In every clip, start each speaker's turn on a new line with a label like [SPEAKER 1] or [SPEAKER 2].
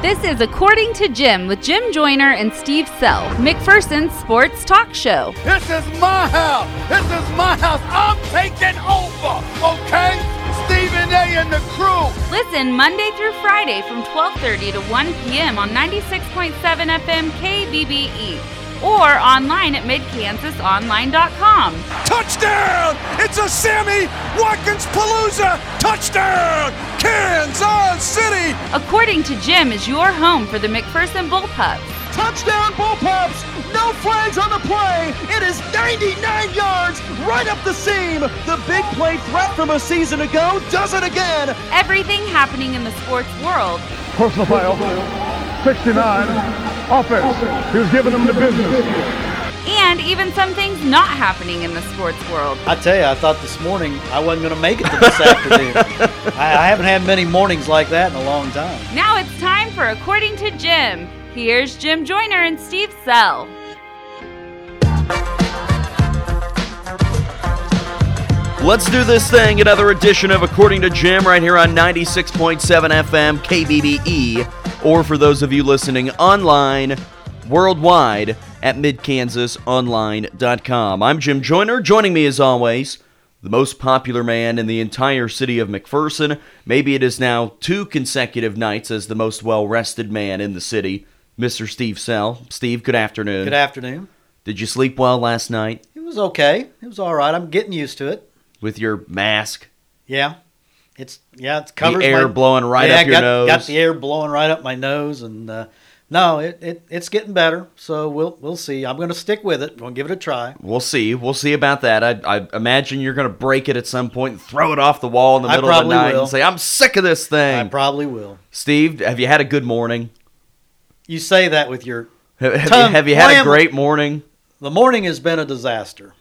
[SPEAKER 1] This is According to Jim with Jim Joyner and Steve Sell, McPherson's sports talk show.
[SPEAKER 2] This is my house. This is my house. I'm taking over, okay? Stephen A. and the crew.
[SPEAKER 1] Listen Monday through Friday from 12:30 to 1 p.m. on 96.7 FM KBBE E or online at midkansasonline.com.
[SPEAKER 3] Touchdown! It's a Sammy Watkins Palooza! Touchdown! Kansas City!
[SPEAKER 1] According to Jim is your home for the McPherson Bullpup.
[SPEAKER 4] Touchdown Bullpups! No flags on the play! It is 99 yards right up the seam! The big play threat from a season ago does it again!
[SPEAKER 1] Everything happening in the sports world.
[SPEAKER 5] Personal foul, 69, offense. He was giving them the business.
[SPEAKER 1] And even some things not happening in the sports world.
[SPEAKER 6] I tell you, I thought this morning I wasn't going to make it to this afternoon. I, I haven't had many mornings like that in a long time.
[SPEAKER 1] Now it's time for According to Jim. Here's Jim Joyner and Steve Sell.
[SPEAKER 7] Let's do this thing. Another edition of According to Jim right here on 96.7 FM KBBE, E, or for those of you listening online worldwide at midkansasonline.com. I'm Jim Joyner. Joining me as always, the most popular man in the entire city of McPherson. Maybe it is now two consecutive nights as the most well-rested man in the city, Mr. Steve Sell. Steve, good afternoon.
[SPEAKER 6] Good afternoon.
[SPEAKER 7] Did you sleep well last night
[SPEAKER 6] It was okay. It was all right. I'm getting used to it.
[SPEAKER 7] with your mask?
[SPEAKER 6] Yeah. It's yeah, it's covers
[SPEAKER 7] the air
[SPEAKER 6] my,
[SPEAKER 7] blowing right
[SPEAKER 6] yeah,
[SPEAKER 7] up your
[SPEAKER 6] got,
[SPEAKER 7] nose.
[SPEAKER 6] Got the air blowing right up my nose, and uh, no, it, it it's getting better. So we'll we'll see. I'm going to stick with it. going to give it a try.
[SPEAKER 7] We'll see. We'll see about that. I, I imagine you're going to break it at some point and throw it off the wall in the
[SPEAKER 6] I
[SPEAKER 7] middle of the
[SPEAKER 6] probably
[SPEAKER 7] night
[SPEAKER 6] will.
[SPEAKER 7] and say, "I'm sick of this
[SPEAKER 6] I
[SPEAKER 7] thing."
[SPEAKER 6] probably will.
[SPEAKER 7] Steve, have you had a good morning?
[SPEAKER 6] You say that with your
[SPEAKER 7] Have, have
[SPEAKER 6] Tom,
[SPEAKER 7] you, have you had
[SPEAKER 6] why
[SPEAKER 7] a
[SPEAKER 6] am-
[SPEAKER 7] great morning?
[SPEAKER 6] the morning has been a disaster.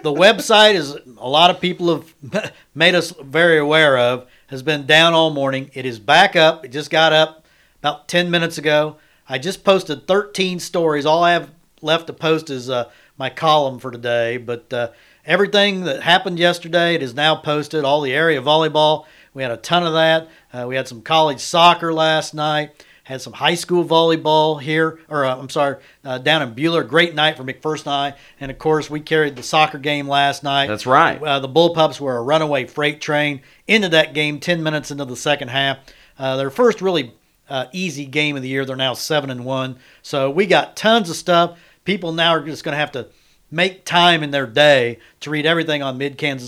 [SPEAKER 6] the website is a lot of people have made us very aware of has been down all morning. It is back up. It just got up about 10 minutes ago. I just posted 13 stories. All I have left to post is uh, my column for today, but uh, everything that happened yesterday it is now posted. All the area volleyball, we had a ton of that. Uh, we had some college soccer last night had some high school volleyball here, or uh, I'm sorry, uh, down in Bueller. Great night for McPherson High, and of course we carried the soccer game last night.
[SPEAKER 7] That's right.
[SPEAKER 6] Uh, the Bullpups were a runaway freight train into that game. Ten minutes into the second half, uh, their first really uh, easy game of the year. They're now seven and one. So we got tons of stuff. People now are just going to have to make time in their day to read everything on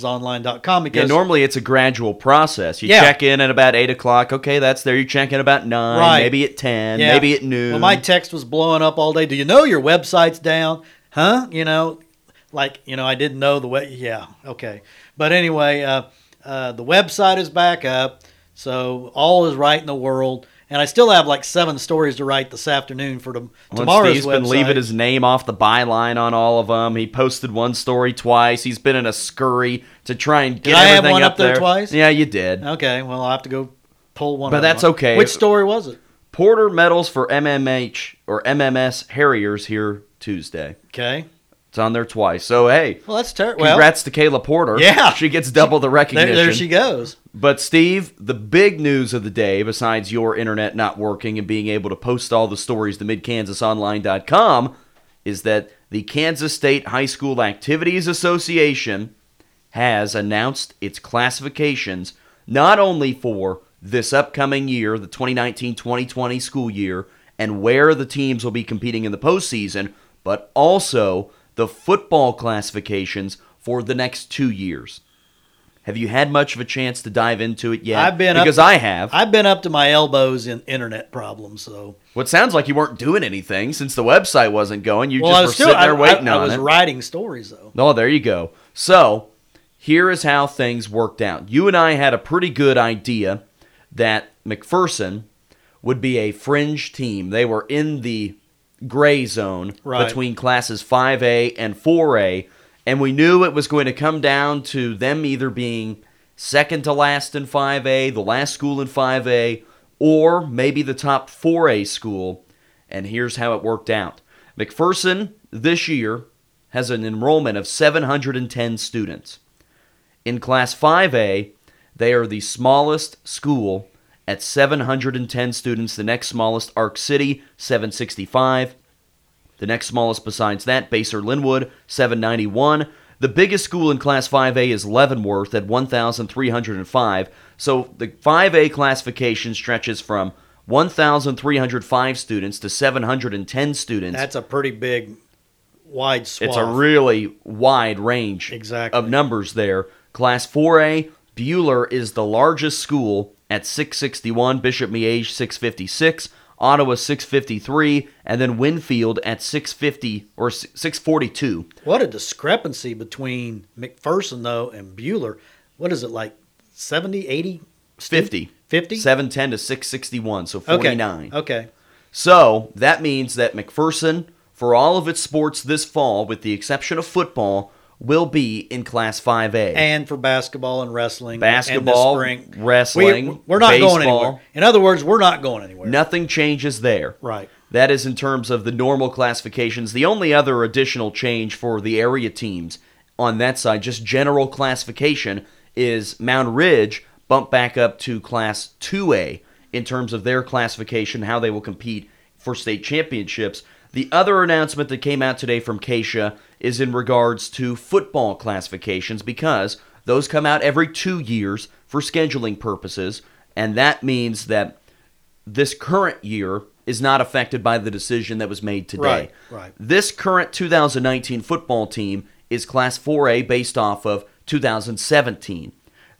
[SPEAKER 6] midkansasonline.com
[SPEAKER 7] Yeah,
[SPEAKER 6] because
[SPEAKER 7] normally it's a gradual process. You
[SPEAKER 6] Yeah.
[SPEAKER 7] check in at about eight o'clock. Okay, that's there. You check in about nine,
[SPEAKER 6] Right.
[SPEAKER 7] maybe at ten,
[SPEAKER 6] Yeah.
[SPEAKER 7] maybe at noon.
[SPEAKER 6] Well, my text was blowing up all day. Do you know your website's down? Huh? You know, like you know, I didn't know the way. Yeah, okay. But anyway, uh, uh, the website is back up, so all is right in the world. And I still have like seven stories to write this afternoon for tom-
[SPEAKER 7] Once
[SPEAKER 6] tomorrow's
[SPEAKER 7] Steve's
[SPEAKER 6] website.
[SPEAKER 7] been leaving his name off the byline on all of them. He posted one story twice. He's been in a scurry to try and get
[SPEAKER 6] I have
[SPEAKER 7] everything
[SPEAKER 6] one
[SPEAKER 7] up
[SPEAKER 6] up there twice?
[SPEAKER 7] Yeah, you did.
[SPEAKER 6] okay, well, I have to go pull one.
[SPEAKER 7] But
[SPEAKER 6] of them
[SPEAKER 7] that's
[SPEAKER 6] up.
[SPEAKER 7] okay.
[SPEAKER 6] Which story was it?
[SPEAKER 7] Porter medals for MMH or MMS Harriers here Tuesday.
[SPEAKER 6] Okay.
[SPEAKER 7] It's on there twice. So hey,
[SPEAKER 6] Well, that's terrible. Well,
[SPEAKER 7] congrats to Kayla Porter.
[SPEAKER 6] Yeah.
[SPEAKER 7] she gets double the
[SPEAKER 6] there,
[SPEAKER 7] recognition.
[SPEAKER 6] there she goes.
[SPEAKER 7] But Steve, the big news of the day, besides your internet not working and being able to post all the stories to midkansasonline.com, is that the Kansas State High School Activities Association has announced its classifications not only for this upcoming year, the 2019 2020 school year, and where the teams will be competing in the postseason, but also the football classifications for the next two years. Have you had much of a chance to dive into it yet?
[SPEAKER 6] I've been up-
[SPEAKER 7] because I have.
[SPEAKER 6] I've been up to my elbows in internet problems, so.
[SPEAKER 7] What sounds like you weren't doing anything since the website wasn't going. You
[SPEAKER 6] well,
[SPEAKER 7] just
[SPEAKER 6] I
[SPEAKER 7] were
[SPEAKER 6] was still
[SPEAKER 7] sitting
[SPEAKER 6] I,
[SPEAKER 7] there waiting
[SPEAKER 6] I,
[SPEAKER 7] on
[SPEAKER 6] I was
[SPEAKER 7] it.
[SPEAKER 6] writing stories though.
[SPEAKER 7] Oh, there you go. So, here is how things worked out. You and I had a pretty good idea that McPherson would be a fringe team. They were in the gray zone
[SPEAKER 6] Right.
[SPEAKER 7] between classes 5A and 4A, and we knew it was going to come down to them either being second to last in 5A, the last school in 5A, or maybe the top 4A school. And here's how it worked out McPherson this year has an enrollment of 710 students. In Class 5A, they are the smallest school at 710 students. The next smallest, Arc City, 765. The next smallest besides that, Baser Linwood, 791. The biggest school in Class 5A is Leavenworth at 1,305. So the 5A classification stretches from 1,305 students to 710 students.
[SPEAKER 6] That's a pretty big, wide swath.
[SPEAKER 7] It's a really wide range
[SPEAKER 6] Exactly.
[SPEAKER 7] of numbers there. Class 4A, Bueller is the largest school at 661, Bishop Miege 656, Ottawa 653, and then Winfield at 650 or 642.
[SPEAKER 6] What a discrepancy between McPherson, though, and Bueller. What is it, like 70, 80?
[SPEAKER 7] 50.
[SPEAKER 6] 50?
[SPEAKER 7] 710 to 661, so
[SPEAKER 6] Okay.
[SPEAKER 7] 49.
[SPEAKER 6] Okay.
[SPEAKER 7] So that means that McPherson, for all of its sports this fall, with the exception of football, will be in Class 5A.
[SPEAKER 6] And for basketball and wrestling. and the
[SPEAKER 7] Basketball,
[SPEAKER 6] spring.
[SPEAKER 7] wrestling,
[SPEAKER 6] We, we're not going anywhere.
[SPEAKER 7] baseball.
[SPEAKER 6] In other words, we're not going anywhere.
[SPEAKER 7] Nothing changes there.
[SPEAKER 6] Right.
[SPEAKER 7] That is in terms of the normal classifications. The only other additional change for the area teams on that side, just general classification, is Mound Ridge bumped back up to Class 2A in terms of their classification, how they will compete for state championships. The other announcement that came out today from Keisha is in regards to football classifications because those come out every two years for scheduling purposes, and that means that this current year is not affected by the decision that was made
[SPEAKER 6] Right,
[SPEAKER 7] today.
[SPEAKER 6] right.
[SPEAKER 7] This current 2019 football team is Class 4A based off of 2017.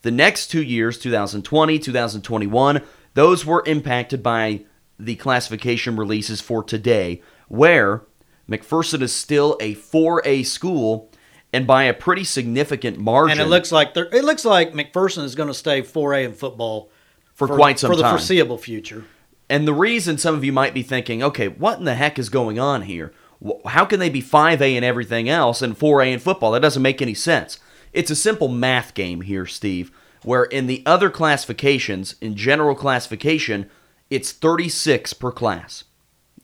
[SPEAKER 7] The next two years, 2020, 2021, those were impacted by the classification releases for today, where McPherson is still a 4A school and by a pretty significant margin.
[SPEAKER 6] And it looks like they're- it looks like McPherson is going to stay 4A in football
[SPEAKER 7] For quite some
[SPEAKER 6] for the
[SPEAKER 7] time.
[SPEAKER 6] foreseeable future.
[SPEAKER 7] And the reason some of you might be thinking, okay, what in the heck is going on here? Wh- How can they be 5A and everything else and 4A in football? That doesn't make any sense. It's a simple math game here, Steve, where in the other classifications, in general classification, it's 36 per class.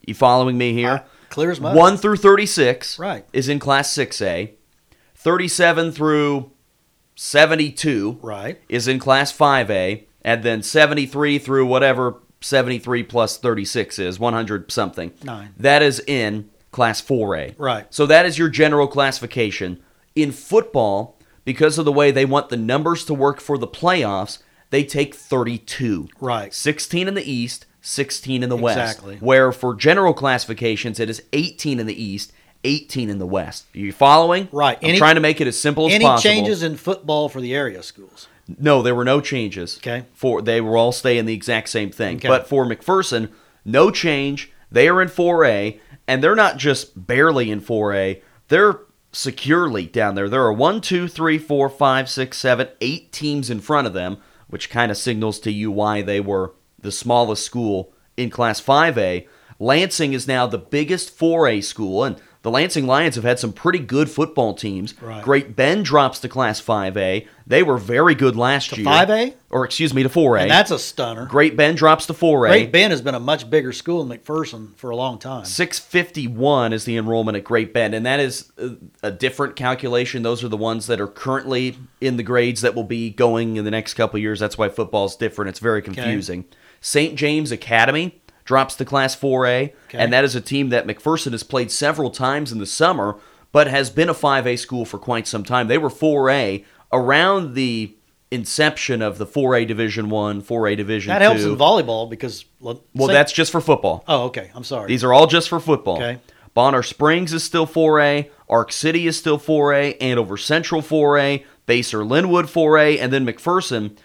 [SPEAKER 7] You following me here?
[SPEAKER 6] Clear as mud.
[SPEAKER 7] 1 through 36
[SPEAKER 6] Right.
[SPEAKER 7] is in class 6A. 37 through 72
[SPEAKER 6] Right.
[SPEAKER 7] is in class 5A, and then 73 through whatever 73 plus 36 is, 100 something.
[SPEAKER 6] Nine.
[SPEAKER 7] That is in class 4A.
[SPEAKER 6] Right.
[SPEAKER 7] So that is your general classification. In football, because of the way they want the numbers to work for the playoffs, they take 32.
[SPEAKER 6] Right.
[SPEAKER 7] 16 in the East, 16 in the
[SPEAKER 6] Exactly.
[SPEAKER 7] West. Where for general classifications, it is 18 in the East, 18 in the West. you following?
[SPEAKER 6] Right.
[SPEAKER 7] I'm
[SPEAKER 6] Any-
[SPEAKER 7] trying to make it as simple as
[SPEAKER 6] Any
[SPEAKER 7] possible.
[SPEAKER 6] changes in football for the area schools?
[SPEAKER 7] No, there were no changes.
[SPEAKER 6] Okay.
[SPEAKER 7] For they were all staying the exact same thing.
[SPEAKER 6] Okay.
[SPEAKER 7] But for McPherson, no change. They are in 4A, and they're not just barely in 4A. They're securely down there. There are one, two, three, four, five, six, seven, eight teams in front of them, which kind of signals to you why they were the smallest school in Class 5A. Lansing is now the biggest 4A school, and the Lansing Lions have had some pretty good football teams.
[SPEAKER 6] Right.
[SPEAKER 7] Great Bend drops to Class 5A. They were very good last year.
[SPEAKER 6] 5A?
[SPEAKER 7] Or excuse me, to 4A.
[SPEAKER 6] And that's a stunner.
[SPEAKER 7] Great Bend drops to 4A.
[SPEAKER 6] Great Bend has been a much bigger school than McPherson for a long time.
[SPEAKER 7] 651 is the enrollment at Great Bend, and that is uh, a different calculation. Those are the ones that are currently in the grades that will be going in the next couple of years. That's why football's different. It's very confusing. St. James Academy drops to Class 4A, and that is a team that McPherson has played several times in the summer, but has been a 5A school for quite some time. They were 4A around the inception of the 4A Division 1, 4A Division
[SPEAKER 6] That helps
[SPEAKER 7] 2.
[SPEAKER 6] in volleyball because well,
[SPEAKER 7] well,
[SPEAKER 6] say-
[SPEAKER 7] that's just for football.
[SPEAKER 6] oh okay. I'm sorry.
[SPEAKER 7] These are all just for football.
[SPEAKER 6] Okay.
[SPEAKER 7] Bonner Springs is still 4A. Arc City is still 4A. Andover Central 4A. Baser Linwood 4A. And then McPherson,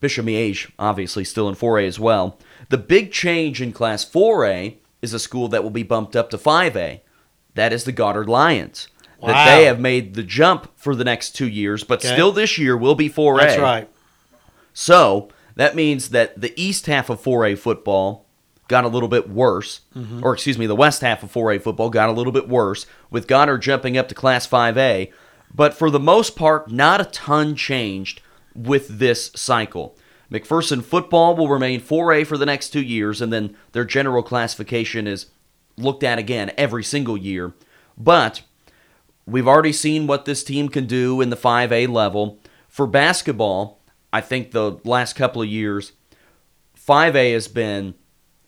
[SPEAKER 7] Bishop Miege, obviously still in 4A as well. The big change in Class 4A is a school that will be bumped up to 5A. That is the Goddard Lions. That
[SPEAKER 6] Wow.
[SPEAKER 7] they have made the jump for the next two years, but
[SPEAKER 6] Okay.
[SPEAKER 7] still this year will be 4A.
[SPEAKER 6] that's right.
[SPEAKER 7] So that means that the east half of 4A football got a little bit worse, or excuse me, the west half of 4A football got a little bit worse, with Goddard jumping up to Class 5A. But for the most part, not a ton changed with this cycle. McPherson football will remain 4A for the next two years, and then their general classification is looked at again every single year. But We've already seen what this team can do in the 5A level. For basketball, I think the last couple of years, 5A has been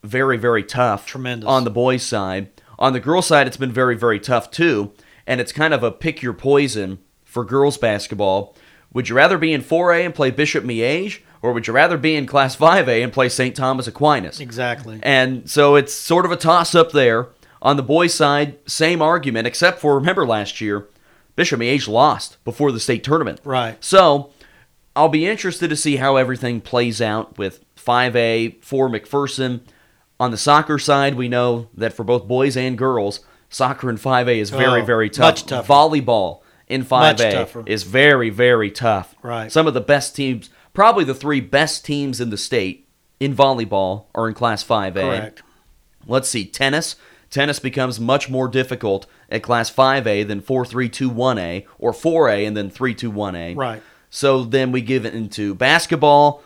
[SPEAKER 7] very, very tough.
[SPEAKER 6] Tremendous.
[SPEAKER 7] On the boys' side. On the girls' side, it's been very, very tough too. And it's kind of a pick your poison for girls' basketball. Would you rather be in 4A and play Bishop Miege, or would you rather be in Class 5A and play St. Thomas Aquinas?
[SPEAKER 6] Exactly.
[SPEAKER 7] And so it's sort of a toss up there. On the boys' side, same argument, except for remember last year, Bishop Miege lost before the state tournament.
[SPEAKER 6] Right.
[SPEAKER 7] So I'll be interested to see how everything plays out with 5A for McPherson. On the soccer side, we know that for both boys and girls, soccer in 5A is very,
[SPEAKER 6] Oh,
[SPEAKER 7] very tough.
[SPEAKER 6] much tougher.
[SPEAKER 7] Volleyball in 5A
[SPEAKER 6] tougher.
[SPEAKER 7] is very, very tough.
[SPEAKER 6] Right.
[SPEAKER 7] Some of the best teams, probably the three best teams in the state in volleyball are in Class 5A.
[SPEAKER 6] Correct.
[SPEAKER 7] Let's see, tennis. Tennis becomes much more difficult at Class 5A than 4321A or 4A and then 321A.
[SPEAKER 6] Right.
[SPEAKER 7] So then we give it into basketball.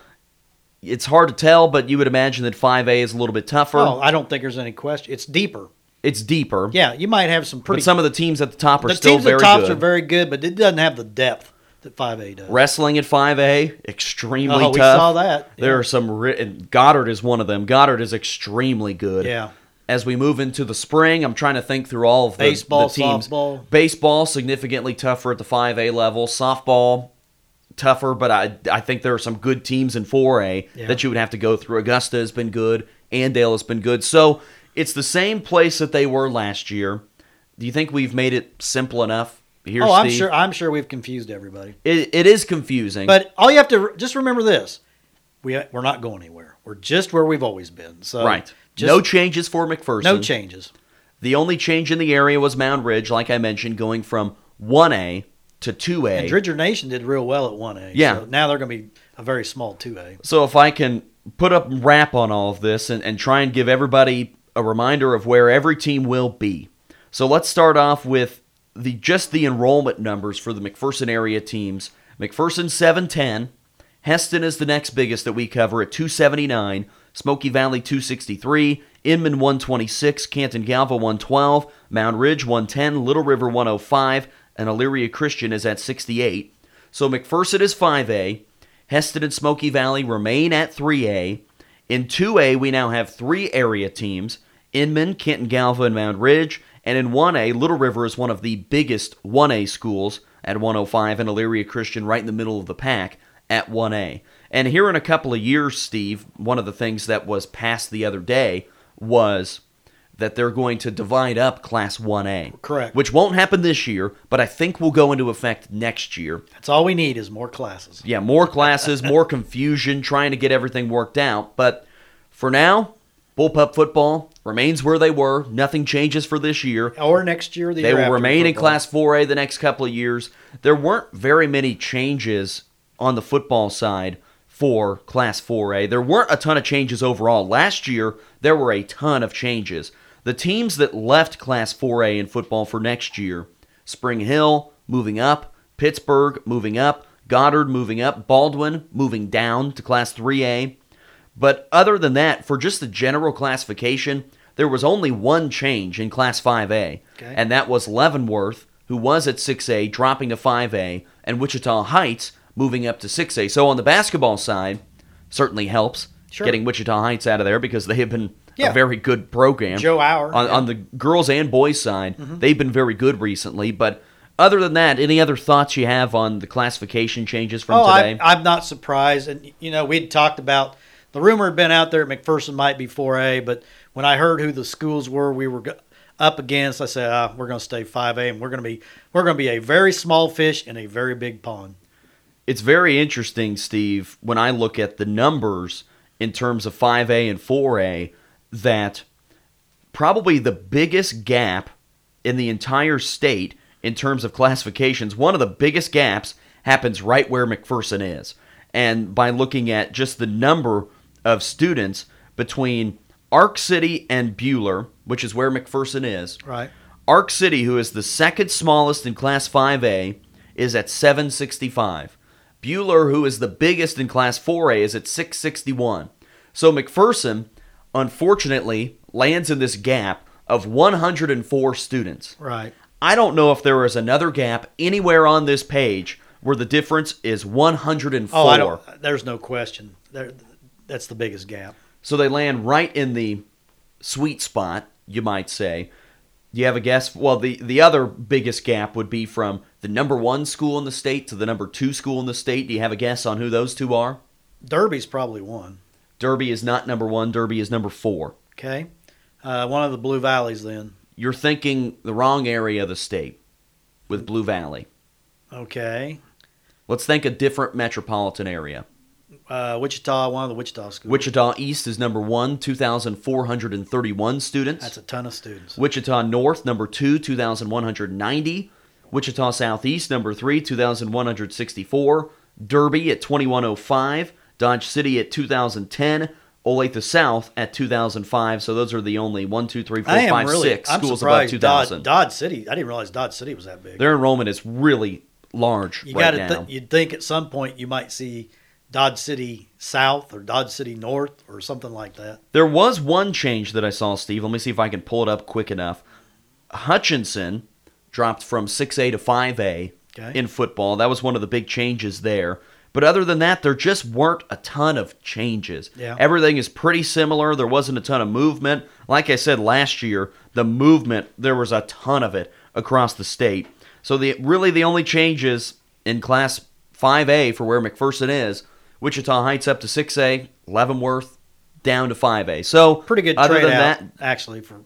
[SPEAKER 7] It's hard to tell, but you would imagine that 5A is a little bit tougher.
[SPEAKER 6] Oh, I don't think there's any question. It's deeper.
[SPEAKER 7] it's deeper.
[SPEAKER 6] Yeah, you might have some pretty.
[SPEAKER 7] But some of the teams at the top are
[SPEAKER 6] the
[SPEAKER 7] still
[SPEAKER 6] teams
[SPEAKER 7] very
[SPEAKER 6] at tops
[SPEAKER 7] good.
[SPEAKER 6] are very good, but it doesn't have the depth that 5A does.
[SPEAKER 7] Wrestling at 5A, extremely
[SPEAKER 6] Oh,
[SPEAKER 7] tough.
[SPEAKER 6] we saw that.
[SPEAKER 7] There
[SPEAKER 6] Yeah.
[SPEAKER 7] are some. Ri- and Goddard is one of them. Goddard is extremely good.
[SPEAKER 6] Yeah.
[SPEAKER 7] As we move into the spring, I'm trying to think through all of the,
[SPEAKER 6] Baseball,
[SPEAKER 7] the teams.
[SPEAKER 6] softball.
[SPEAKER 7] Baseball significantly tougher at the 5A level. Softball tougher, but I I think there are some good teams in 4A
[SPEAKER 6] Yeah.
[SPEAKER 7] that you would have to go through. Augusta has been good. Andale has been good. So it's the same place that they were last year. Do you think we've made it simple enough? Here,
[SPEAKER 6] oh, I'm
[SPEAKER 7] Steve?
[SPEAKER 6] sure. I'm sure we've confused everybody.
[SPEAKER 7] It, it is confusing.
[SPEAKER 6] But all you have to re- just remember this: we we're not going anywhere. We're just where we've always been. So
[SPEAKER 7] right.
[SPEAKER 6] uh, just
[SPEAKER 7] no changes for McPherson.
[SPEAKER 6] no changes.
[SPEAKER 7] The only change in the area was Mound Ridge, like I mentioned, going from 1A to 2A.
[SPEAKER 6] And Dridger Nation did real well at one A.
[SPEAKER 7] Yeah.
[SPEAKER 6] So now they're going to be a very small two A.
[SPEAKER 7] so if I can put up wrap on all of this and, and try and give everybody a reminder of where every team will be. So let's start off with the just the enrollment numbers for the McPherson area teams. McPherson 710, Heston is the next biggest that we cover at 279, Smoky Valley 263, Inman 126, Canton Galva 112, Mound Ridge 110, Little River 105, and Elyria Christian is at 68. So McPherson is 5A, Heston and Smoky Valley remain at 3A. In 2A, we now have three area teams Inman, Kenton Galva, and Mound Ridge. And in 1A, Little River is one of the biggest 1A schools at 105, and Elyria Christian right in the middle of the pack at 1A. And here in a couple of years, Steve, one of the things that was passed the other day was that they're going to divide up Class 1A.
[SPEAKER 6] Correct.
[SPEAKER 7] Which won't happen this year, but I think will go into effect next year.
[SPEAKER 6] That's all we need is more classes.
[SPEAKER 7] Yeah, more classes, more confusion, trying to get everything worked out. But for now, bullpup football remains where they were. Nothing changes for this year.
[SPEAKER 6] Or next year, the
[SPEAKER 7] They
[SPEAKER 6] year
[SPEAKER 7] will
[SPEAKER 6] after
[SPEAKER 7] remain in
[SPEAKER 6] football.
[SPEAKER 7] Class 4A the next couple of years. There weren't very many changes on the football side for Class 4A. There weren't a ton of changes overall. Last year, there were a ton of changes. The teams that left Class 4A in football for next year Spring Hill moving up, Pittsburgh moving up, Goddard moving up, Baldwin moving down to Class 3A. But other than that, for just the general classification, there was only one change in Class 5A,
[SPEAKER 6] Okay.
[SPEAKER 7] and that was Leavenworth, who was at 6A, dropping to 5A, and Wichita Heights moving up to 6A. So on the basketball side, certainly helps
[SPEAKER 6] Sure.
[SPEAKER 7] getting Wichita Heights out of there because they have been
[SPEAKER 6] Yeah.
[SPEAKER 7] a very good program.
[SPEAKER 6] Joe Auer. Mm-hmm.
[SPEAKER 7] On, on the girls and boys side, they've been very good recently. But other than that, any other thoughts you have on the classification changes from
[SPEAKER 6] oh,
[SPEAKER 7] today?
[SPEAKER 6] I, I'm not surprised. And, you know, we'd talked about the rumor had been out there at McPherson might be 4A, but when I heard who the schools were we were go- up against, I said, ah, we're going to stay 5A and we're going to be we're going to be a very small fish in a very big pond.
[SPEAKER 7] it's very interesting, Steve, when I look at the numbers in terms of 5A and 4A, that probably the biggest gap in the entire state in terms of classifications, one of the biggest gaps happens right where McPherson is. And by looking at just the number of students between Arc City and Bueller, which is where McPherson is,
[SPEAKER 6] Right.
[SPEAKER 7] Arc City, who is the second smallest in Class 5A, is at 765. Bueller, who is the biggest in Class 4A, is at 661. So McPherson, unfortunately, lands in this gap of 104 students.
[SPEAKER 6] Right.
[SPEAKER 7] I don't know if there is another gap anywhere on this page where the difference is 104.
[SPEAKER 6] Oh, I don't there's no question. There that's the biggest gap.
[SPEAKER 7] So they land right in the sweet spot, you might say. Do you have a guess? Well, the, the other biggest gap would be from the number one school in the state to the number two school in the state. Do you have a guess on who those two are?
[SPEAKER 6] Derby's probably one.
[SPEAKER 7] Derby is not number one, Derby is number four.
[SPEAKER 6] Okay. Uh, one of the Blue Valleys then.
[SPEAKER 7] You're thinking the wrong area of the state with Blue Valley.
[SPEAKER 6] Okay.
[SPEAKER 7] Let's think a different metropolitan area.
[SPEAKER 6] Uh, Wichita, one of the Wichita schools.
[SPEAKER 7] Wichita East is number one, 2,431 students.
[SPEAKER 6] That's a ton of students.
[SPEAKER 7] Wichita North, number two, 2,190. Wichita Southeast, number three, 2,164. Derby at 2,105. Dodge City at 2,010. Olathe South at 2,005. So those are the only one, two, three, four,
[SPEAKER 6] I am
[SPEAKER 7] five,
[SPEAKER 6] really.
[SPEAKER 7] six
[SPEAKER 6] I'm
[SPEAKER 7] schools above
[SPEAKER 6] surprised Dodge,
[SPEAKER 7] 2,000.
[SPEAKER 6] Dodge City. I didn't realize Dodge City was that big.
[SPEAKER 7] Their enrollment is really large
[SPEAKER 6] you
[SPEAKER 7] right
[SPEAKER 6] got
[SPEAKER 7] now.
[SPEAKER 6] to. Th- you'd think at some point you might see Dodge City South or Dodge City North or something like that.
[SPEAKER 7] There was one change that I saw, Steve. Let me see if I can pull it up quick enough. Hutchinson dropped from 6A to 5A
[SPEAKER 6] Okay.
[SPEAKER 7] in football. That was one of the big changes there. But other than that, there just weren't a ton of changes.
[SPEAKER 6] Yeah.
[SPEAKER 7] Everything is pretty similar. There wasn't a ton of movement. Like I said last year, the movement, there was a ton of it across the state. So the really the only changes in class 5A for where McPherson is, Wichita Heights up to 6A, Leavenworth down to 5A. So
[SPEAKER 6] Pretty good
[SPEAKER 7] Other
[SPEAKER 6] trade
[SPEAKER 7] than
[SPEAKER 6] out,
[SPEAKER 7] that,
[SPEAKER 6] actually. For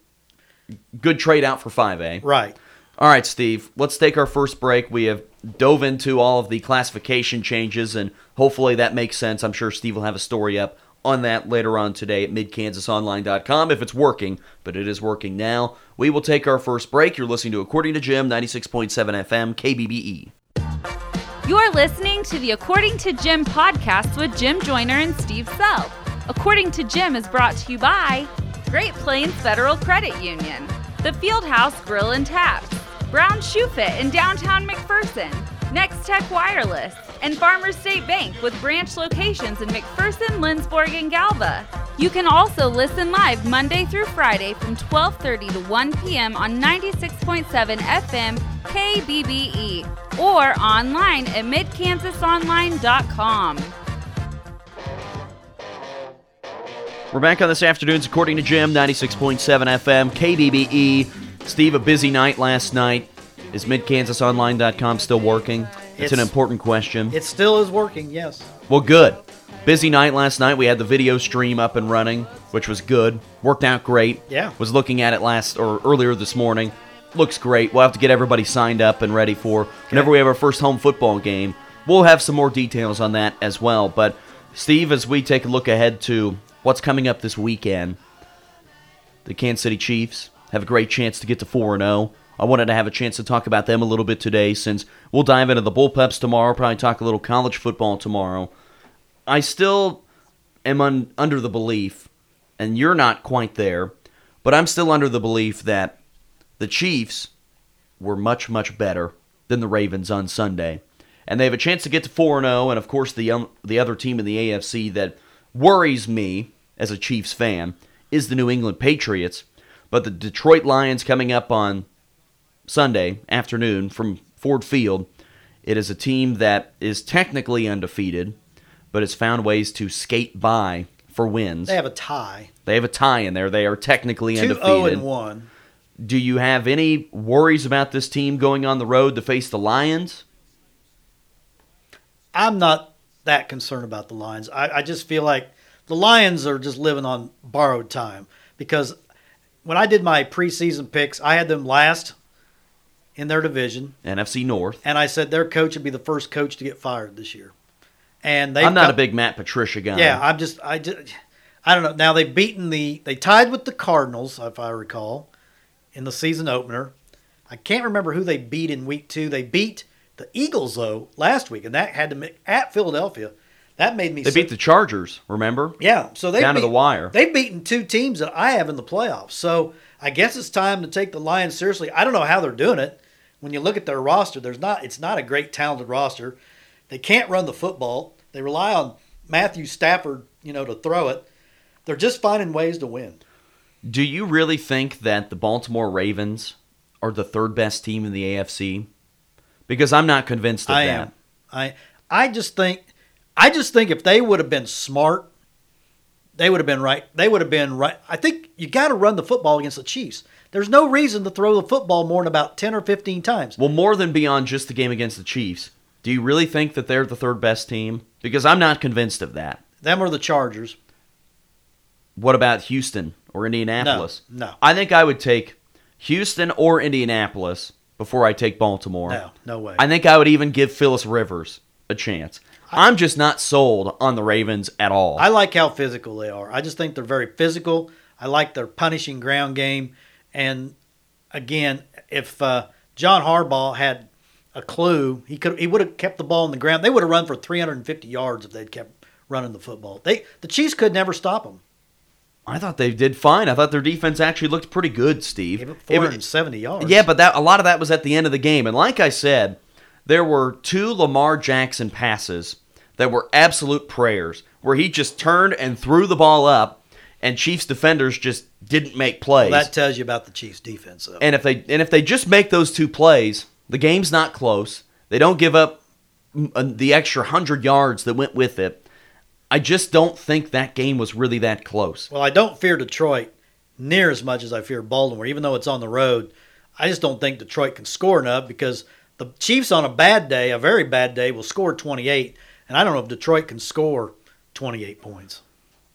[SPEAKER 7] good trade out for 5A.
[SPEAKER 6] right,
[SPEAKER 7] All right, Steve, let's take our first break. We have dove into all of the classification changes, and hopefully that makes sense. I'm sure Steve will have a story up on that later on today at midkansasonline.com if it's working, but it is working now. We will take our first break. You're listening to According to Jim, 96.7 FM, KBBE.
[SPEAKER 1] You're listening to the According to Jim podcast with Jim Joyner and Steve Self. According to Jim is brought to you by Great Plains Federal Credit Union, The Field House Grill and Taps, Brown Shoe Fit in downtown McPherson, Next Tech Wireless, and Farmers State Bank with branch locations in McPherson, Lindsborg, and Galva. You can also listen live Monday through Friday from 12:30 to 1 p.m. on 96.7 FM KBBE E or online at midkansasonline.com.
[SPEAKER 7] We're back on this afternoon's According to Jim, 96.7 FM, KBBE. E. Steve, a busy night last night. Is midkansasonline.com still working? It's, an
[SPEAKER 6] It's-
[SPEAKER 7] important question.
[SPEAKER 6] it still is working. Yes.
[SPEAKER 7] Well, good. Busy night last night. We had the video stream up and running, which was good. Worked out great.
[SPEAKER 6] Yeah.
[SPEAKER 7] Was looking at it last or earlier this morning. Looks great. We'll have to get everybody signed up and ready for whenever we have our first home football game. We'll have some more details on that as well. But Steve, as we take a look ahead to what's coming up this weekend, the Kansas City Chiefs have a great chance to get to 4 and 0. I wanted to have a chance to talk about them a little bit today since we'll dive into the bullpups tomorrow, probably talk a little college football tomorrow. I still am un- under the belief, and you're not quite there, but I'm still under the belief that the Chiefs were much, much better than the Ravens on Sunday. And they have a chance to get to 4 0, and of course, the, um, the other team in the AFC that worries me as a Chiefs fan is the New England Patriots. But the Detroit Lions coming up on Sunday afternoon from Ford Field. It is a team that is technically undefeated, but has found ways to skate by for wins.
[SPEAKER 6] They have a tie.
[SPEAKER 7] They have a tie in there. They are technically
[SPEAKER 6] Two
[SPEAKER 7] undefeated.
[SPEAKER 6] zero and one.
[SPEAKER 7] Do you have any worries about this team going on the road to face the Lions?
[SPEAKER 6] I'm not that concerned about the Lions. I, I just feel like the Lions are just living on borrowed time because when I did my preseason picks, I had them last in their division,
[SPEAKER 7] NFC North.
[SPEAKER 6] and I said their coach would be the first coach to get fired this year. And they,
[SPEAKER 7] I'm not a big Matt Patricia guy.
[SPEAKER 6] yeah. I'm just, I just, I don't know. Now they've beaten the, they tied with the Cardinals, if I recall, in the season opener. I can't remember who they beat in week two. They beat the Eagles though last week, and that had to make at Philadelphia. That made me.
[SPEAKER 7] they beat the Chargers. Remember?
[SPEAKER 6] Yeah, so they
[SPEAKER 7] Down to the wire.
[SPEAKER 6] They've beaten two teams that I have in the playoffs. So I guess it's time to take the Lions seriously. I don't know how they're doing it. When you look at their roster, there's not it's not a great talented roster. They can't run the football. They rely on Matthew Stafford, you know, to throw it. They're just finding ways to win.
[SPEAKER 7] Do you really think that the Baltimore Ravens are the third best team in the AFC? Because I'm not convinced of
[SPEAKER 6] I
[SPEAKER 7] that.
[SPEAKER 6] am. I I just think I just think if they would have been smart, They would have been right. They would have been right. I think you got to run the football against the Chiefs. There's no reason to throw the football more than about 10 or 15 times.
[SPEAKER 7] Well, more than beyond just the game against the Chiefs, do you really think that they're the third best team? Because I'm not convinced of that.
[SPEAKER 6] Them or the Chargers.
[SPEAKER 7] What about Houston or Indianapolis?
[SPEAKER 6] no.
[SPEAKER 7] I think I would take Houston or Indianapolis before I take Baltimore.
[SPEAKER 6] No, no way.
[SPEAKER 7] I think I would even give Phyllis Rivers a chance. I'm just not sold on the Ravens at all.
[SPEAKER 6] I like how physical they are. I just think they're very physical. I like their punishing ground game. And again, if uh, John Harbaugh had a clue, he could he would have kept the ball on the ground. They would have run for 350 yards if they'd kept running the football. They the Chiefs could never stop them.
[SPEAKER 7] I thought they did fine. I thought their defense actually looked pretty good, Steve.
[SPEAKER 6] Gave up
[SPEAKER 7] It was-
[SPEAKER 6] 470 yards.
[SPEAKER 7] Yeah, but that a lot of that was at the end of the game. And like I said, there were two Lamar Jackson passes that were absolute prayers, where he just turned and threw the ball up, and Chiefs defenders just didn't make plays.
[SPEAKER 6] Well, that tells you about the Chiefs' defense, though.
[SPEAKER 7] and if they and if they just make those two plays, the game's not close. They don't give up mm, uh, the extra hundred yards that went with it. I just don't think that game was really that close.
[SPEAKER 6] well, I don't fear Detroit near as much as I fear Baltimore, even though it's on the road. I just don't think Detroit can score enough because the Chiefs, on a bad day, a very bad day, will score 28. And I don't know if Detroit can score 28 points.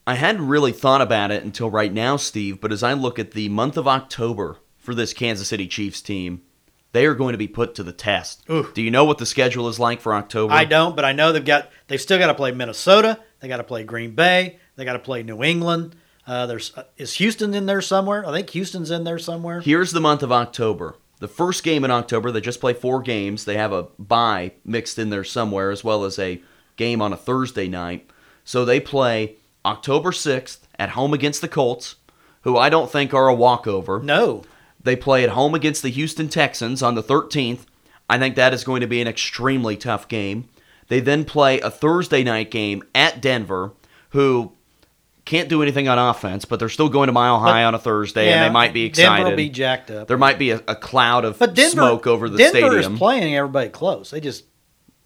[SPEAKER 7] I hadn't really thought about it until right now, Steve, but as I look at the month of October for this Kansas City Chiefs team, they are going to be put to the test.
[SPEAKER 6] Oof.
[SPEAKER 7] Do you know what the schedule is like for October?
[SPEAKER 6] I don't, but I know they've got they've still got to play Minnesota. They got to play Green Bay. They got to play New England. Uh, there's uh, is Houston in there somewhere? I think Houston's in there somewhere.
[SPEAKER 7] Here's the month of October. The first game in October, they just play four games. They have a bye mixed in there somewhere, as well as a game on a Thursday night. So they play October 6th at home against the Colts, who I don't think are a walkover.
[SPEAKER 6] No,
[SPEAKER 7] They play at home against the Houston Texans on the 13th. I think that is going to be an extremely tough game. They then play a Thursday night game at Denver, who can't do anything on offense, but they're still going to Mile High on a Thursday, and
[SPEAKER 6] Yeah,
[SPEAKER 7] they might be excited.
[SPEAKER 6] Denver will be jacked up.
[SPEAKER 7] There might be a, a cloud of
[SPEAKER 6] But Denver,
[SPEAKER 7] smoke over the
[SPEAKER 6] Denver
[SPEAKER 7] stadium.
[SPEAKER 6] is playing everybody close. They just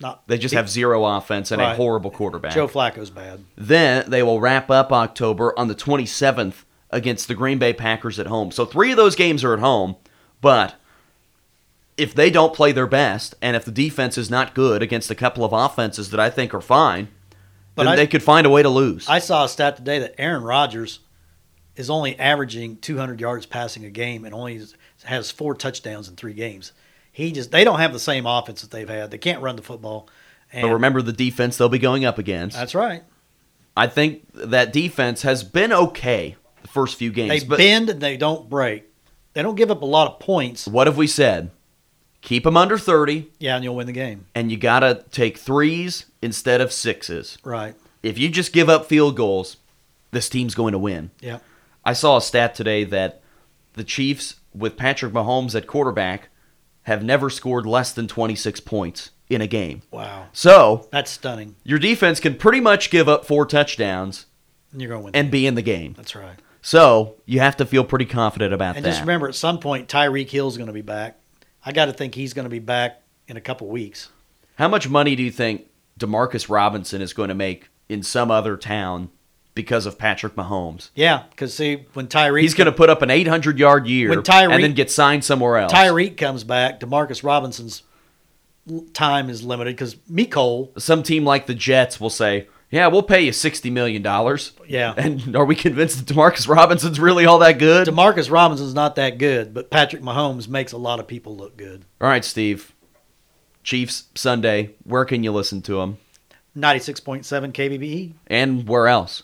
[SPEAKER 6] not.
[SPEAKER 7] they just have zero offense and a
[SPEAKER 6] Right.
[SPEAKER 7] horrible quarterback.
[SPEAKER 6] Joe Flacco's bad.
[SPEAKER 7] Then they will wrap up October on the 27th against the Green Bay Packers at home. So three of those games are at home, but if they don't play their best and if the defense is not good against a couple of offenses that I think are fine,
[SPEAKER 6] But
[SPEAKER 7] then
[SPEAKER 6] I-
[SPEAKER 7] they could find a way to lose.
[SPEAKER 6] I saw a stat today that Aaron Rodgers is only averaging 200 yards passing a game and only has four touchdowns in three games. He just they don't have the same offense that they've had. They can't run the football. And
[SPEAKER 7] but remember the defense they'll be going up against.
[SPEAKER 6] that's right.
[SPEAKER 7] I think that defense has been okay the first few
[SPEAKER 6] They
[SPEAKER 7] games. but
[SPEAKER 6] bend and they don't break. They don't give up a lot of points.
[SPEAKER 7] what have we said? Keep them under 30,
[SPEAKER 6] Yeah, and you'll win the game.
[SPEAKER 7] and you got to take threes instead of sixes.
[SPEAKER 6] Right.
[SPEAKER 7] if you just give up field goals, this team's going to win.
[SPEAKER 6] Yeah.
[SPEAKER 7] I saw a stat today that the Chiefs, with Patrick Mahomes at quarterback, have never scored less than 26 points in a game.
[SPEAKER 6] Wow.
[SPEAKER 7] So
[SPEAKER 6] That's stunning.
[SPEAKER 7] your defense can pretty much give up four touchdowns
[SPEAKER 6] And you're going to win.
[SPEAKER 7] and be in the game.
[SPEAKER 6] that's right.
[SPEAKER 7] So you have to feel pretty confident about
[SPEAKER 6] And
[SPEAKER 7] that.
[SPEAKER 6] just remember, at some point, Tyreek Hill's going to be back. I got to think he's going to be back in a couple weeks.
[SPEAKER 7] How much money do you think Demarcus Robinson is going to make in some other town because of Patrick Mahomes?
[SPEAKER 6] Yeah, because see, when Tyreek
[SPEAKER 7] He's going to put up an 800 yard year
[SPEAKER 6] When Tyreek-
[SPEAKER 7] and then get signed somewhere else.
[SPEAKER 6] Tyreek comes back, Demarcus Robinson's l- time is limited because Mecole,
[SPEAKER 7] some team like the Jets will say, "Yeah, we'll pay you sixty million dollars."
[SPEAKER 6] Yeah.
[SPEAKER 7] and are we convinced that Demarcus Robinson's really all that good?
[SPEAKER 6] Demarcus Robinson's not that good, but Patrick Mahomes makes a lot of people look good.
[SPEAKER 7] all right, Steve. Chiefs Sunday. Where can you listen to them,
[SPEAKER 6] Ninety-six point seven KBBE.
[SPEAKER 7] and where else?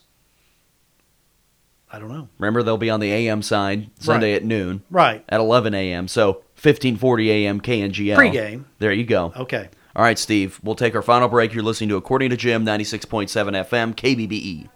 [SPEAKER 6] I don't know.
[SPEAKER 7] Remember, they'll be on the AM side Sunday at noon
[SPEAKER 6] Right.
[SPEAKER 7] at eleven AM. So fifteen forty AM KNGL
[SPEAKER 6] Pre-game. Oh.
[SPEAKER 7] There you go.
[SPEAKER 6] Okay.
[SPEAKER 7] All right, Steve. We'll take our final break. You're listening to According to Jim, ninety-six point seven FM KBBE.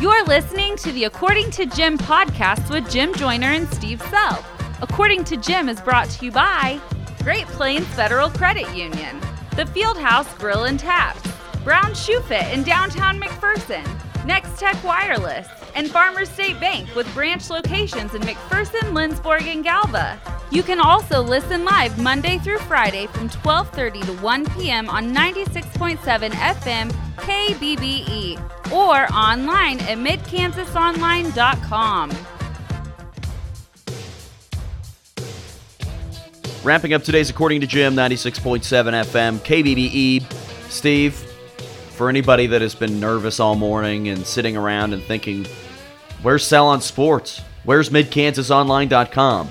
[SPEAKER 1] You're listening to the According to Jim podcast with Jim Joyner and Steve Self. According to Jim is brought to you by Great Plains Federal Credit Union, The Fieldhouse Grill and Taps, Brown Shoe Fit in downtown McPherson, Next Tech Wireless, and Farmers State Bank with branch locations in McPherson, Lindsborg, and Galva. You can also listen live Monday through Friday from 12:30 to 1 p.m. on 96.7 FM KBBE E or online at midkansasonline.com.
[SPEAKER 7] Wrapping up today's According to Jim, 96.7 FM, KBBE. E. Steve, for anybody that has been nervous all morning and sitting around and thinking, where's Sell on Sports? Where's MidKansasOnline.com?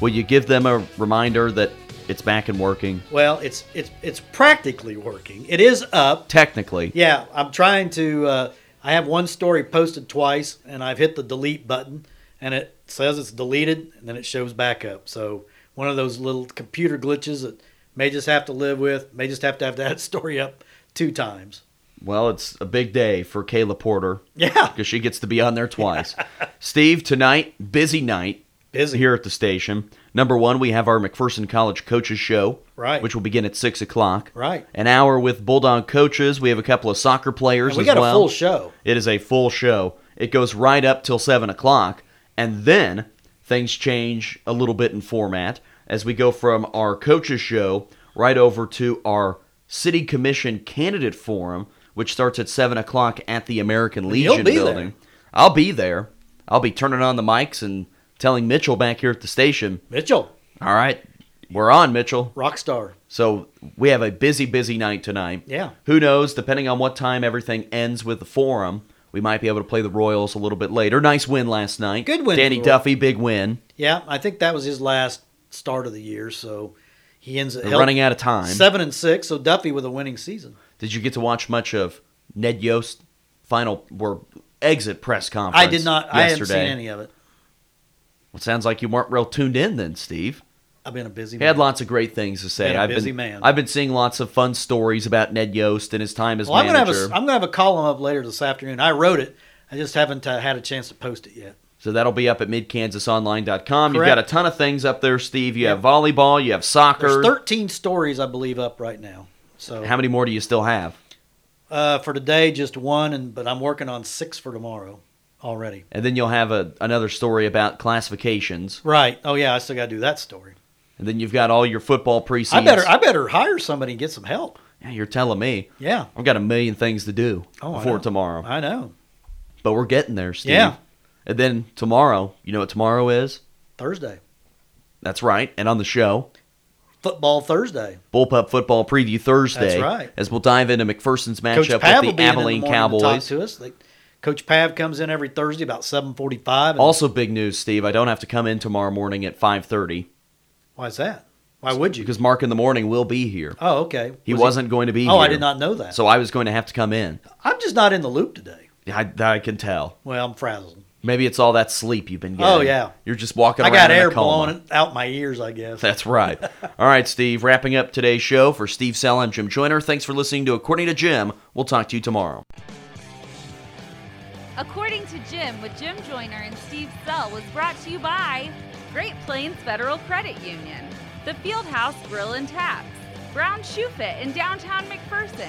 [SPEAKER 7] Will you give them a reminder that it's back and working?
[SPEAKER 6] Well, it's it's it's practically working. It is up.
[SPEAKER 7] Technically.
[SPEAKER 6] Yeah, I'm trying to. Uh, I have one story posted twice, and I've hit the delete button, and it says it's deleted, and then it shows back up. So one of those little computer glitches that may just have to live with. May just have to have that story up two times.
[SPEAKER 7] Well, it's a big day for Kayla Porter
[SPEAKER 6] Yeah,
[SPEAKER 7] because she gets to be on there twice. Steve, tonight, busy night.
[SPEAKER 6] busy
[SPEAKER 7] here at the station. Number one, we have our McPherson College Coaches Show,
[SPEAKER 6] Right.
[SPEAKER 7] which will begin at six o'clock.
[SPEAKER 6] Right.
[SPEAKER 7] an hour with Bulldog coaches. We have a couple of soccer players.
[SPEAKER 6] And we
[SPEAKER 7] as
[SPEAKER 6] got
[SPEAKER 7] well.
[SPEAKER 6] a full show.
[SPEAKER 7] It is a full show. It goes right up till seven o'clock, and then things change a little bit in format as we go from our coaches show right over to our city commission candidate forum, which starts at seven o'clock at the American
[SPEAKER 6] you'll
[SPEAKER 7] Legion
[SPEAKER 6] be there.
[SPEAKER 7] building. I'll be there. I'll be turning on the mics and telling Mitchell back here at the station,
[SPEAKER 6] Mitchell,
[SPEAKER 7] all right, we're on, Mitchell.
[SPEAKER 6] rock star.
[SPEAKER 7] So we have a busy, busy night tonight.
[SPEAKER 6] Yeah.
[SPEAKER 7] Who knows? Depending on what time everything ends with the forum, we might be able to play the Royals a little bit later. Nice win last night.
[SPEAKER 6] Good win for
[SPEAKER 7] Danny
[SPEAKER 6] the Royals.
[SPEAKER 7] Duffy, big win.
[SPEAKER 6] Yeah, I think that was his last start of the year, so he ends up
[SPEAKER 7] They're running out of time.
[SPEAKER 6] seven and six. So Duffy with a winning season.
[SPEAKER 7] Did you get to watch much of Ned Yost final or exit press conference?
[SPEAKER 6] I did not.
[SPEAKER 7] Yesterday.
[SPEAKER 6] I haven't seen any of it.
[SPEAKER 7] Well, sounds like you weren't real tuned in then, Steve.
[SPEAKER 6] I've been a busy.
[SPEAKER 7] He had lots of great things to say.
[SPEAKER 6] Been a
[SPEAKER 7] I've
[SPEAKER 6] busy
[SPEAKER 7] been
[SPEAKER 6] man.
[SPEAKER 7] I've been seeing lots of fun stories about Ned Yost and his time as
[SPEAKER 6] Well, I'm gonna have
[SPEAKER 7] manager.
[SPEAKER 6] a I'm gonna have a column up later this afternoon. I wrote it. I just haven't uh, had a chance to post it yet.
[SPEAKER 7] So that'll be up at midkansasonline.com. You've
[SPEAKER 6] Correct.
[SPEAKER 7] got a ton of things up there, Steve. You have volleyball, you have soccer.
[SPEAKER 6] There's 13 stories I believe up right now. So
[SPEAKER 7] How many more do you still have?
[SPEAKER 6] uh, for today, just one, and but I'm working on six for tomorrow already.
[SPEAKER 7] And then you'll have a, another story about classifications.
[SPEAKER 6] Right. Oh yeah, I still got to do that story.
[SPEAKER 7] And then you've got all your football preseason.
[SPEAKER 6] I better I better hire somebody and get some help.
[SPEAKER 7] yeah, you're telling me.
[SPEAKER 6] Yeah.
[SPEAKER 7] I've got a million things to do
[SPEAKER 6] Oh, I
[SPEAKER 7] before
[SPEAKER 6] know.
[SPEAKER 7] tomorrow.
[SPEAKER 6] I know.
[SPEAKER 7] But we're getting there, Steve.
[SPEAKER 6] Yeah.
[SPEAKER 7] And then tomorrow, you know what tomorrow is?
[SPEAKER 6] Thursday,
[SPEAKER 7] That's right. And on the show,
[SPEAKER 6] football Thursday.
[SPEAKER 7] Bullpup Football Preview Thursday.
[SPEAKER 6] That's right.
[SPEAKER 7] As we'll dive into McPherson's
[SPEAKER 6] Coach
[SPEAKER 7] matchup
[SPEAKER 6] Pav will
[SPEAKER 7] with
[SPEAKER 6] be in
[SPEAKER 7] the
[SPEAKER 6] in the morning
[SPEAKER 7] Abilene
[SPEAKER 6] to talk
[SPEAKER 7] Cowboys.
[SPEAKER 6] to us. Like, Coach Pav comes in every Thursday about 7:45. and-
[SPEAKER 7] Also, big news, Steve. I don't have to come in tomorrow morning at five thirty
[SPEAKER 6] why is that? Why would you?
[SPEAKER 7] because Mark in the morning will be here.
[SPEAKER 6] oh, okay.
[SPEAKER 7] He was not going to be.
[SPEAKER 6] Oh, I
[SPEAKER 7] here,
[SPEAKER 6] did not know that.
[SPEAKER 7] So I was going to have to come in.
[SPEAKER 6] I'm just not in the loop today.
[SPEAKER 7] I, I can tell.
[SPEAKER 6] Well, I'm frazzled.
[SPEAKER 7] Maybe it's all that sleep you've been getting.
[SPEAKER 6] Oh, yeah.
[SPEAKER 7] you're just walking.
[SPEAKER 6] I got
[SPEAKER 7] around in a
[SPEAKER 6] air
[SPEAKER 7] coma.
[SPEAKER 6] blowing out my ears, I guess.
[SPEAKER 7] That's right. all right, Steve. Wrapping up today's show for Steve Sell and Jim Joyner. Thanks for listening to According to Jim. We'll talk to you tomorrow.
[SPEAKER 1] According to Jim, with Jim Joyner and Steve Sell, was brought to you by Great Plains Federal Credit Union, The Fieldhouse Grill and Taps, Brown Shoe Fit in downtown McPherson,